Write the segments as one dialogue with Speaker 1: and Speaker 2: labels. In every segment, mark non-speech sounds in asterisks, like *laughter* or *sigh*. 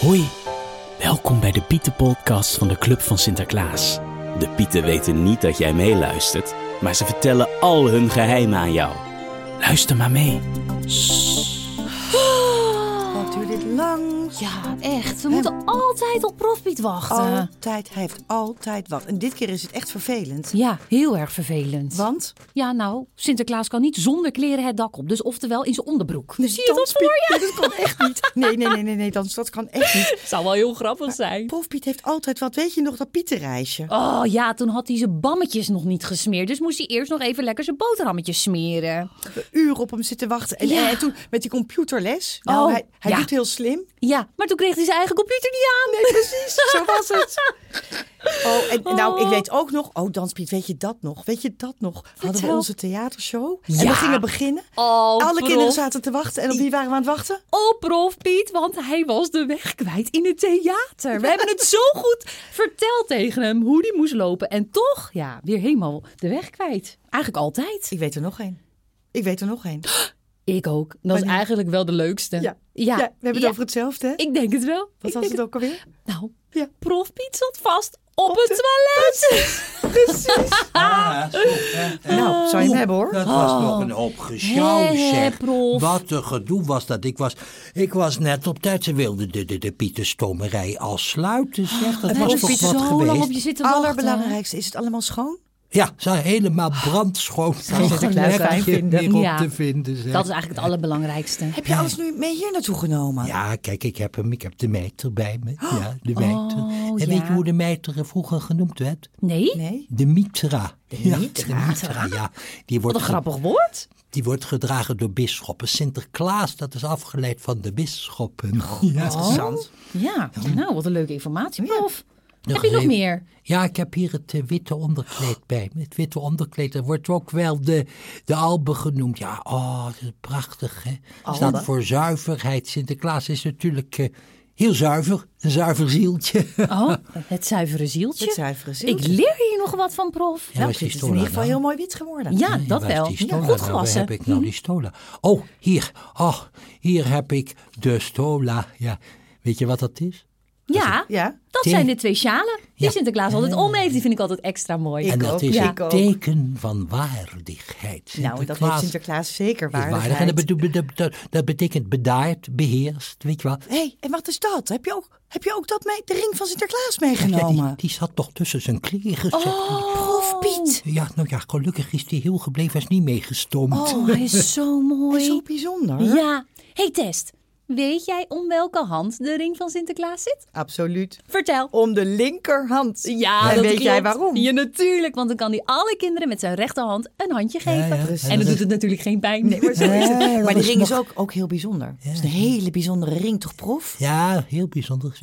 Speaker 1: Hoi, welkom bij de Pietenpodcast van de Club van Sinterklaas. De Pieten weten niet dat jij meeluistert, maar ze vertellen al hun geheimen aan jou. Luister maar mee.
Speaker 2: Wat duurt dit lang?
Speaker 3: Ja, eh. echt. We moeten altijd op profpiet wachten.
Speaker 2: Altijd, hij heeft altijd wat. En dit keer is het echt vervelend.
Speaker 3: Ja, heel erg vervelend.
Speaker 2: Want
Speaker 3: Ja, nou, Sinterklaas kan niet zonder kleren het dak op. Dus oftewel in zijn onderbroek.
Speaker 2: de
Speaker 3: Zie je *laughs* dat voor
Speaker 2: Piet, *laughs* dat kan echt niet. Nee, nee, nee, nee, nee, dans, dat kan echt niet.
Speaker 3: je? Zou wel heel grappig zijn.
Speaker 2: Prof Piet heeft altijd wat. Weet je nog dat Pietenreisje?
Speaker 3: Oh ja, toen had hij zijn bammetjes nog niet gesmeerd. Dus moest hij eerst nog even lekker zijn boterhammetjes smeren.
Speaker 2: Een uur op hem zitten wachten. En, eh,
Speaker 3: Ja.
Speaker 2: en toen met die computerles. Nou,
Speaker 3: Oh,
Speaker 2: hij, hij
Speaker 3: ja.
Speaker 2: doet heel slim.
Speaker 3: Ja, maar toen kreeg hij zijn eigen computer niet aan.
Speaker 2: Nee, precies. *laughs* Zo was het. Oh, en nou, ik weet ook nog. Oh, Danspiet, weet je dat nog? Weet je dat nog? Hadden we
Speaker 3: Vertel.
Speaker 2: onze theatershow. En
Speaker 3: Ja.
Speaker 2: we gingen beginnen.
Speaker 3: Oh,
Speaker 2: Alle
Speaker 3: prof.
Speaker 2: kinderen zaten te wachten. En op wie waren we aan het wachten?
Speaker 3: Oh, prof Piet, want hij was de weg kwijt in het theater. We hebben het zo goed verteld tegen hem hoe die moest lopen. En toch, ja, weer helemaal de weg kwijt. Eigenlijk altijd.
Speaker 2: Ik weet er nog één. Ik weet er nog één.
Speaker 3: Ik ook. Dat is
Speaker 2: Wanneer?
Speaker 3: eigenlijk wel de leukste.
Speaker 2: Ja, we hebben het
Speaker 3: Ja.
Speaker 2: over hetzelfde. Hè?
Speaker 3: Ik denk het wel.
Speaker 2: Wat was
Speaker 3: Ik denk
Speaker 2: het ook alweer?
Speaker 3: Nou,
Speaker 2: Ja.
Speaker 3: prof Piet zat vast op, het toilet.
Speaker 2: Precies.
Speaker 4: Ah, zo, hè,
Speaker 2: *laughs*
Speaker 4: hè.
Speaker 2: nou, zou je hem hebben hoor?
Speaker 4: Dat was nog een hoop gesjouw,
Speaker 3: Hè, hè,
Speaker 4: zeg.
Speaker 3: prof.
Speaker 4: Wat een gedoe was dat. Ik was, ik was net op tijd. Ze wilden de, de, de Pietenstommerij al sluiten, zeg. Dat
Speaker 3: We
Speaker 4: was
Speaker 3: hebben
Speaker 4: toch
Speaker 3: zo
Speaker 4: wat
Speaker 3: lang op
Speaker 4: geweest?
Speaker 3: je zitten wachten.
Speaker 2: Allerbelangrijkste, is het allemaal schoon?
Speaker 4: Ja, ze zijn helemaal brandschoon. Geen
Speaker 3: Sinterklaas fijn
Speaker 4: plekje
Speaker 2: vinden.
Speaker 4: meer op
Speaker 3: Ja.
Speaker 4: te vinden, zeg.
Speaker 3: Dat is eigenlijk het allerbelangrijkste.
Speaker 2: Heb je alles nu mee hier naartoe genomen?
Speaker 4: Ja, kijk, ik heb hem. Ik heb de mijter bij me. Ja, de mijter. en
Speaker 3: ja.
Speaker 4: weet je hoe de mijter vroeger genoemd werd?
Speaker 3: Nee?
Speaker 2: Nee?
Speaker 4: De mitra. Ja,
Speaker 2: mitra.
Speaker 4: de mitra, ja. Die wordt
Speaker 3: Wat een
Speaker 4: ge-
Speaker 3: grappig woord.
Speaker 4: Die wordt gedragen door bisschoppen. Sinterklaas, dat is afgeleid van de bisschoppen. Ja.
Speaker 2: Interessant.
Speaker 3: Ja, nou, wat een leuke informatie, prof. Heb je
Speaker 4: Nog
Speaker 3: nog
Speaker 4: even-
Speaker 3: meer?
Speaker 4: Ja, ik heb hier het eh, witte onderkleed bij me. Het witte onderkleed, dat wordt ook wel de, de albe genoemd. Ja, oh, dat is prachtig, hè. Staat voor zuiverheid. Sinterklaas is natuurlijk eh, heel zuiver. Een zuiver zieltje.
Speaker 2: *laughs*
Speaker 3: Oh, het zuivere zieltje.
Speaker 2: Het zuivere zieltje.
Speaker 3: Ik leer hier nog wat van, prof. Ja,
Speaker 4: Ja, waar
Speaker 2: Nou,
Speaker 4: is
Speaker 2: dit
Speaker 4: die
Speaker 2: is in ieder
Speaker 4: stola
Speaker 2: geval
Speaker 4: nou?
Speaker 2: heel mooi wit geworden.
Speaker 4: *laughs*
Speaker 3: dat
Speaker 4: Waar is
Speaker 3: wel.
Speaker 4: die
Speaker 3: Ja,
Speaker 4: stola
Speaker 3: goed
Speaker 4: nou? Waar heb
Speaker 3: gewassen. Hm.
Speaker 4: ik nou die stola? Oh, hier. Oh, hier heb ik de stola. Ja, weet je wat dat is?
Speaker 3: Ja,
Speaker 2: Ja.
Speaker 3: dat
Speaker 4: Tee.
Speaker 3: zijn de twee sjalen die
Speaker 4: Ja.
Speaker 3: Sinterklaas altijd om heeft. Die vind ik altijd extra mooi.
Speaker 4: En
Speaker 2: Ik
Speaker 4: dat
Speaker 2: ook,
Speaker 4: is
Speaker 2: ja.
Speaker 4: een
Speaker 2: ik ook.
Speaker 4: teken van waardigheid.
Speaker 2: Nou, dat heeft Sinterklaas zeker
Speaker 4: is waardig. En
Speaker 2: waardigheid.
Speaker 4: dat, bedo- bedo- dat- dat betekent bedaard, beheerst, weet je wel.
Speaker 2: Hé, hey, en wat is dat? Heb je ook, heb je ook dat mee, de ring van Sinterklaas
Speaker 3: *laughs*
Speaker 4: Ja,
Speaker 2: meegenomen?
Speaker 4: die, die zat toch tussen zijn kleren. zeg.
Speaker 2: Oh. Prof Piet.
Speaker 4: Ja, nou ja, gelukkig is die heel gebleven. Hij is niet meegestompt.
Speaker 3: Oh, hij is zo
Speaker 2: Dat
Speaker 3: mooi.
Speaker 2: is zo bijzonder.
Speaker 3: Ja. Hey Test, weet jij om welke hand de ring van Sinterklaas zit?
Speaker 2: Absoluut.
Speaker 3: Vertel.
Speaker 2: Om de linkerhand.
Speaker 3: Ja,
Speaker 2: en
Speaker 3: dat
Speaker 2: weet
Speaker 3: klopt.
Speaker 2: jij waarom?
Speaker 3: Ja, natuurlijk. Want dan kan hij alle kinderen met zijn rechterhand een handje geven.
Speaker 4: ja, precies.
Speaker 3: En dan doet het natuurlijk geen pijn.
Speaker 2: Nee, maar zo is het.
Speaker 4: Ja, dat
Speaker 2: maar de
Speaker 4: is
Speaker 2: ring is
Speaker 4: nog-
Speaker 2: ook, ook heel bijzonder. Het is een hele bijzondere ring, toch, prof?
Speaker 4: Ja, heel bijzonder.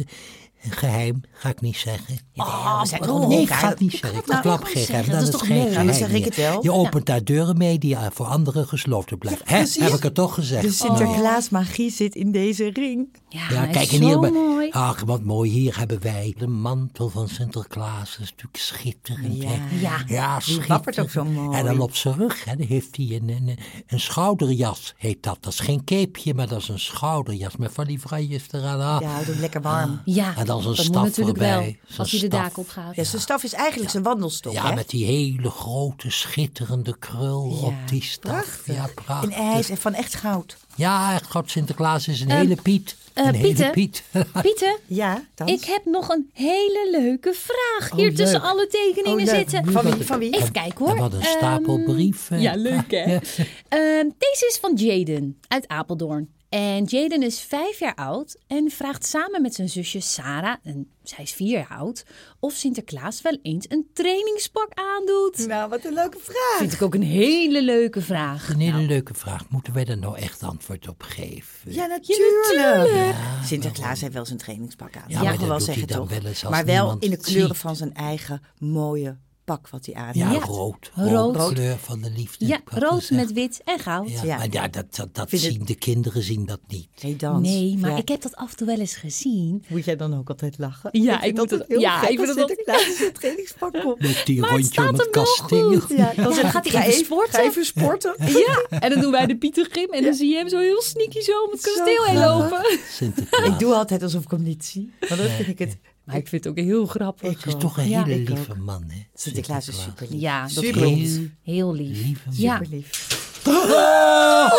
Speaker 4: Een geheim, ga ik niet zeggen.
Speaker 2: Oh, we zijn toch
Speaker 4: nee,
Speaker 2: onder
Speaker 4: ik
Speaker 2: elkaar.
Speaker 4: ga het niet zeggen. Ik
Speaker 3: dat nou
Speaker 4: klap
Speaker 3: zeggen?
Speaker 4: geen geheim.
Speaker 3: Dat
Speaker 4: Dat
Speaker 3: is
Speaker 4: is
Speaker 3: toch
Speaker 4: geen
Speaker 3: leuk?
Speaker 4: geheim.
Speaker 2: Nou, Dan zeg ik
Speaker 4: meer.
Speaker 2: het wel.
Speaker 4: Je opent daar deuren mee die eh, voor anderen gesloten blijven. Hè,
Speaker 2: precies.
Speaker 4: heb ik het toch gezegd?
Speaker 2: De
Speaker 4: Nou ja.
Speaker 2: Sinterklaasmagie Dus zit in deze ring.
Speaker 3: Ja,
Speaker 4: Ja,
Speaker 3: hij is
Speaker 4: kijk, en
Speaker 3: zo
Speaker 4: hier, hebben-
Speaker 3: mooi.
Speaker 4: Ach, wat mooi. Hier hebben wij de mantel van Sinterklaas. Dat is natuurlijk schitterend. hè.
Speaker 3: Ja.
Speaker 4: ja schitterend.
Speaker 2: wappert ook zo mooi.
Speaker 4: En dan op zijn rug hè, dan heeft hij een, een, een schouderjas, heet dat. Dat is geen capeje, maar dat is een schouderjas. Met van die vrijjes eraan. Ah.
Speaker 2: Ja, het doet lekker warm.
Speaker 3: Ja,
Speaker 4: En dan is een
Speaker 3: dat
Speaker 4: staf
Speaker 3: moet natuurlijk
Speaker 4: erbij.
Speaker 3: wel.
Speaker 4: Zo'n
Speaker 3: Als hij de
Speaker 4: staf.
Speaker 3: daak op gaat.
Speaker 2: Ja, zijn staf is eigenlijk zijn wandelstok,
Speaker 4: Ja,
Speaker 2: hè?
Speaker 4: met die hele grote, schitterende krul op die staf.
Speaker 2: Prachtig.
Speaker 4: Ja,
Speaker 2: En
Speaker 4: prachtig.
Speaker 2: hij is van echt goud.
Speaker 4: Ja, echt, God, Sinterklaas is een hele Piet.
Speaker 3: eh,
Speaker 4: een hele
Speaker 3: Pieten?
Speaker 4: Piet. *laughs*
Speaker 3: Pieter,
Speaker 2: Ja, dan.
Speaker 3: ik heb nog een hele leuke vraag hier
Speaker 4: leuk.
Speaker 3: tussen alle tekeningen
Speaker 2: Oh, leuk.
Speaker 3: zitten.
Speaker 2: Van wie? Van wie?
Speaker 3: Even kijken hoor.
Speaker 4: En wat een stapel
Speaker 3: Ehm,
Speaker 4: brieven.
Speaker 3: Ja, leuk hè?
Speaker 4: Ja.
Speaker 3: *laughs* Ehm, deze is van Jaden uit Apeldoorn. En Jaden is vijf jaar oud en vraagt samen met zijn zusje Sarah, en zij is vier jaar oud, of Sinterklaas wel eens een trainingspak aandoet.
Speaker 2: Nou, wat een leuke vraag.
Speaker 3: Vind ik ook een hele leuke vraag.
Speaker 4: Een hele leuke vraag. Moeten wij daar nou echt antwoord op geven?
Speaker 2: Ja, natuurlijk. Sinterklaas heeft wel zijn trainingspak aan.
Speaker 4: Ja,
Speaker 2: mag
Speaker 4: maar
Speaker 2: ik
Speaker 4: dat
Speaker 2: wel
Speaker 4: doet hij
Speaker 2: zeggen,
Speaker 4: dan
Speaker 2: toch?
Speaker 4: wel eens als
Speaker 2: maar wel
Speaker 4: niemand
Speaker 2: in de
Speaker 4: het
Speaker 2: kleuren
Speaker 4: ziet.
Speaker 2: van zijn eigen mooie pak wat hij aan
Speaker 4: Ja,
Speaker 2: heeft.
Speaker 4: rood.
Speaker 3: Rood.
Speaker 4: Rood. kleur van de liefde.
Speaker 3: Ja,
Speaker 4: wat
Speaker 3: rood
Speaker 4: gezegd.
Speaker 3: met wit en goud.
Speaker 4: Ja,
Speaker 2: Ja.
Speaker 4: maar ja, dat, dat, dat
Speaker 2: Vind het-
Speaker 4: zien de kinderen zien dat niet.
Speaker 2: Geen dans.
Speaker 3: Nee, maar
Speaker 2: Ja.
Speaker 3: ik heb dat af en toe wel eens gezien.
Speaker 2: Moet jij dan ook altijd lachen?
Speaker 3: Ja,
Speaker 2: vind
Speaker 3: ik moet
Speaker 2: altijd
Speaker 3: het-
Speaker 2: heel
Speaker 3: ja,
Speaker 2: gek
Speaker 3: ik
Speaker 2: als
Speaker 3: vind het
Speaker 2: Sinterklaas in zijn trainingspak komt.
Speaker 4: Met die
Speaker 3: Maar het
Speaker 4: rondje om
Speaker 3: staat
Speaker 4: het
Speaker 3: hem wel
Speaker 4: kasteel.
Speaker 3: goed.
Speaker 4: *laughs*
Speaker 2: Ja, dan
Speaker 3: Ja,
Speaker 2: zeg ik,
Speaker 3: gaat hij
Speaker 2: ga
Speaker 3: even
Speaker 2: even
Speaker 3: sporten?
Speaker 2: Ga even sporten.
Speaker 3: *laughs* Ja, en dan doen wij de Pieter Grim en dan zie je hem zo heel sneaky zo om het
Speaker 2: Zo
Speaker 3: kasteel heen
Speaker 2: grappig.
Speaker 3: lopen.
Speaker 4: Sinterklaas.
Speaker 2: Ik doe altijd alsof ik hem niet zie. Maar dan vind ik het...
Speaker 3: Maar ik vind het ook heel grappig.
Speaker 4: Het is toch een
Speaker 3: Ja,
Speaker 4: hele
Speaker 2: ik
Speaker 4: lieve man, hè?
Speaker 2: Sinterklaas is super lief.
Speaker 3: Ja, dat
Speaker 2: Super
Speaker 3: klopt.
Speaker 4: lief.
Speaker 3: Heel lief.
Speaker 4: Lieve man.
Speaker 3: ja.
Speaker 2: Super lief.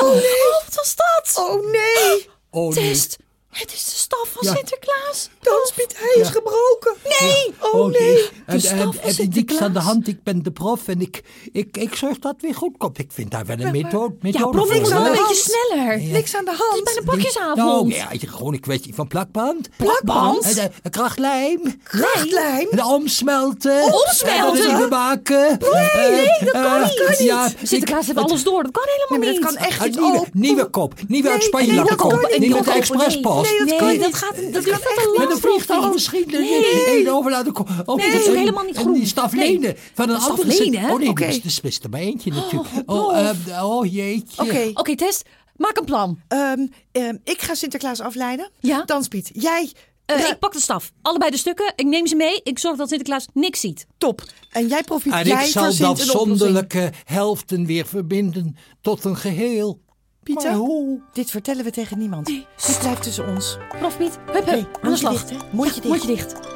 Speaker 3: Oh, wat was dat?
Speaker 2: Oh nee,
Speaker 4: Oh, nee.
Speaker 3: Test, het is de staf van
Speaker 4: Ja.
Speaker 3: Sinterklaas.
Speaker 2: Danspiet, hij is gebroken. Nee, oh,
Speaker 4: Oh,
Speaker 2: nee.
Speaker 4: En,
Speaker 3: staf
Speaker 4: en,
Speaker 3: van
Speaker 4: en niks
Speaker 3: Sinterklaas.
Speaker 4: aan de hand, ik ben de prof en ik, ik, ik zorg dat het weer goed komt. Ik vind daar wel een methode, methode
Speaker 3: Ja, prof,
Speaker 4: voor.
Speaker 3: ik zal
Speaker 4: hoor.
Speaker 3: een
Speaker 2: hand.
Speaker 3: beetje sneller.
Speaker 2: Niks aan de
Speaker 3: Het is
Speaker 2: hand.
Speaker 3: bijna pakjesavond.
Speaker 4: Nou, ja, gewoon een kwestie van plakband.
Speaker 2: Plakband?
Speaker 4: En, eh, krachtlijm.
Speaker 2: Krachtlijm.
Speaker 4: En omsmelten.
Speaker 3: Omsmelten?
Speaker 4: En dat maken. Nee,
Speaker 3: Dat kan niet.
Speaker 4: Eh, Ja,
Speaker 3: Sinterklaas heeft alles door. Dat kan helemaal
Speaker 2: Maar dat
Speaker 3: niet.
Speaker 2: kan echt
Speaker 4: Een
Speaker 2: niet.
Speaker 4: nieuwe,
Speaker 2: Oh,
Speaker 4: nieuwe kop. Nieuwe uit Spanje
Speaker 2: nee,
Speaker 4: laten
Speaker 2: dat kan
Speaker 4: komen.
Speaker 2: niet.
Speaker 4: Niet
Speaker 2: Dat
Speaker 4: met de
Speaker 2: kan niet.
Speaker 4: expresspas.
Speaker 2: Nee, dat
Speaker 3: Nee,
Speaker 2: kan niet.
Speaker 3: dat gaat dat duurt
Speaker 2: kan
Speaker 3: veel te
Speaker 4: Met een
Speaker 3: lang, prof
Speaker 4: vliegtuig
Speaker 3: Piet.
Speaker 4: misschien.
Speaker 3: Nee.
Speaker 4: Nee. Eén over laten komen. Oh,
Speaker 3: Nee, dat is
Speaker 4: en-
Speaker 3: helemaal niet
Speaker 4: en
Speaker 3: groen.
Speaker 4: die staf
Speaker 3: Nee.
Speaker 4: Lene van een
Speaker 3: Dat is
Speaker 4: andere...
Speaker 3: staf Lene,
Speaker 4: zin-
Speaker 3: hè?
Speaker 4: Oh nee,
Speaker 3: Oké.
Speaker 4: dat is- dat is best er maar eentje natuurlijk. Oh, eh, oh jeetje.
Speaker 2: Oké,
Speaker 3: Oké, Test, maak een plan.
Speaker 2: ehm, ehm, ik ga Sinterklaas afleiden.
Speaker 3: Ja?
Speaker 2: Danspiet, jij...
Speaker 3: Eh,
Speaker 2: Ja,
Speaker 3: Ik pak de staf. Allebei de stukken. Ik neem ze mee. Ik zorg dat Sinterklaas niks ziet.
Speaker 2: Top. En jij profiteert
Speaker 4: En ik
Speaker 2: jij
Speaker 4: Ah, zal de
Speaker 2: verzint een oplossing.
Speaker 4: afzonderlijke helften weer verbinden tot een geheel.
Speaker 2: Pieter?
Speaker 4: Maar hoe?
Speaker 2: Dit vertellen we tegen niemand. Dit blijft tussen ons.
Speaker 3: Prof Piet, hup, hup,
Speaker 2: Nee,
Speaker 3: aan de
Speaker 2: mondje
Speaker 3: slag.
Speaker 2: dicht, hè? Mondje
Speaker 3: Ja,
Speaker 2: dicht.
Speaker 3: Mondje dicht.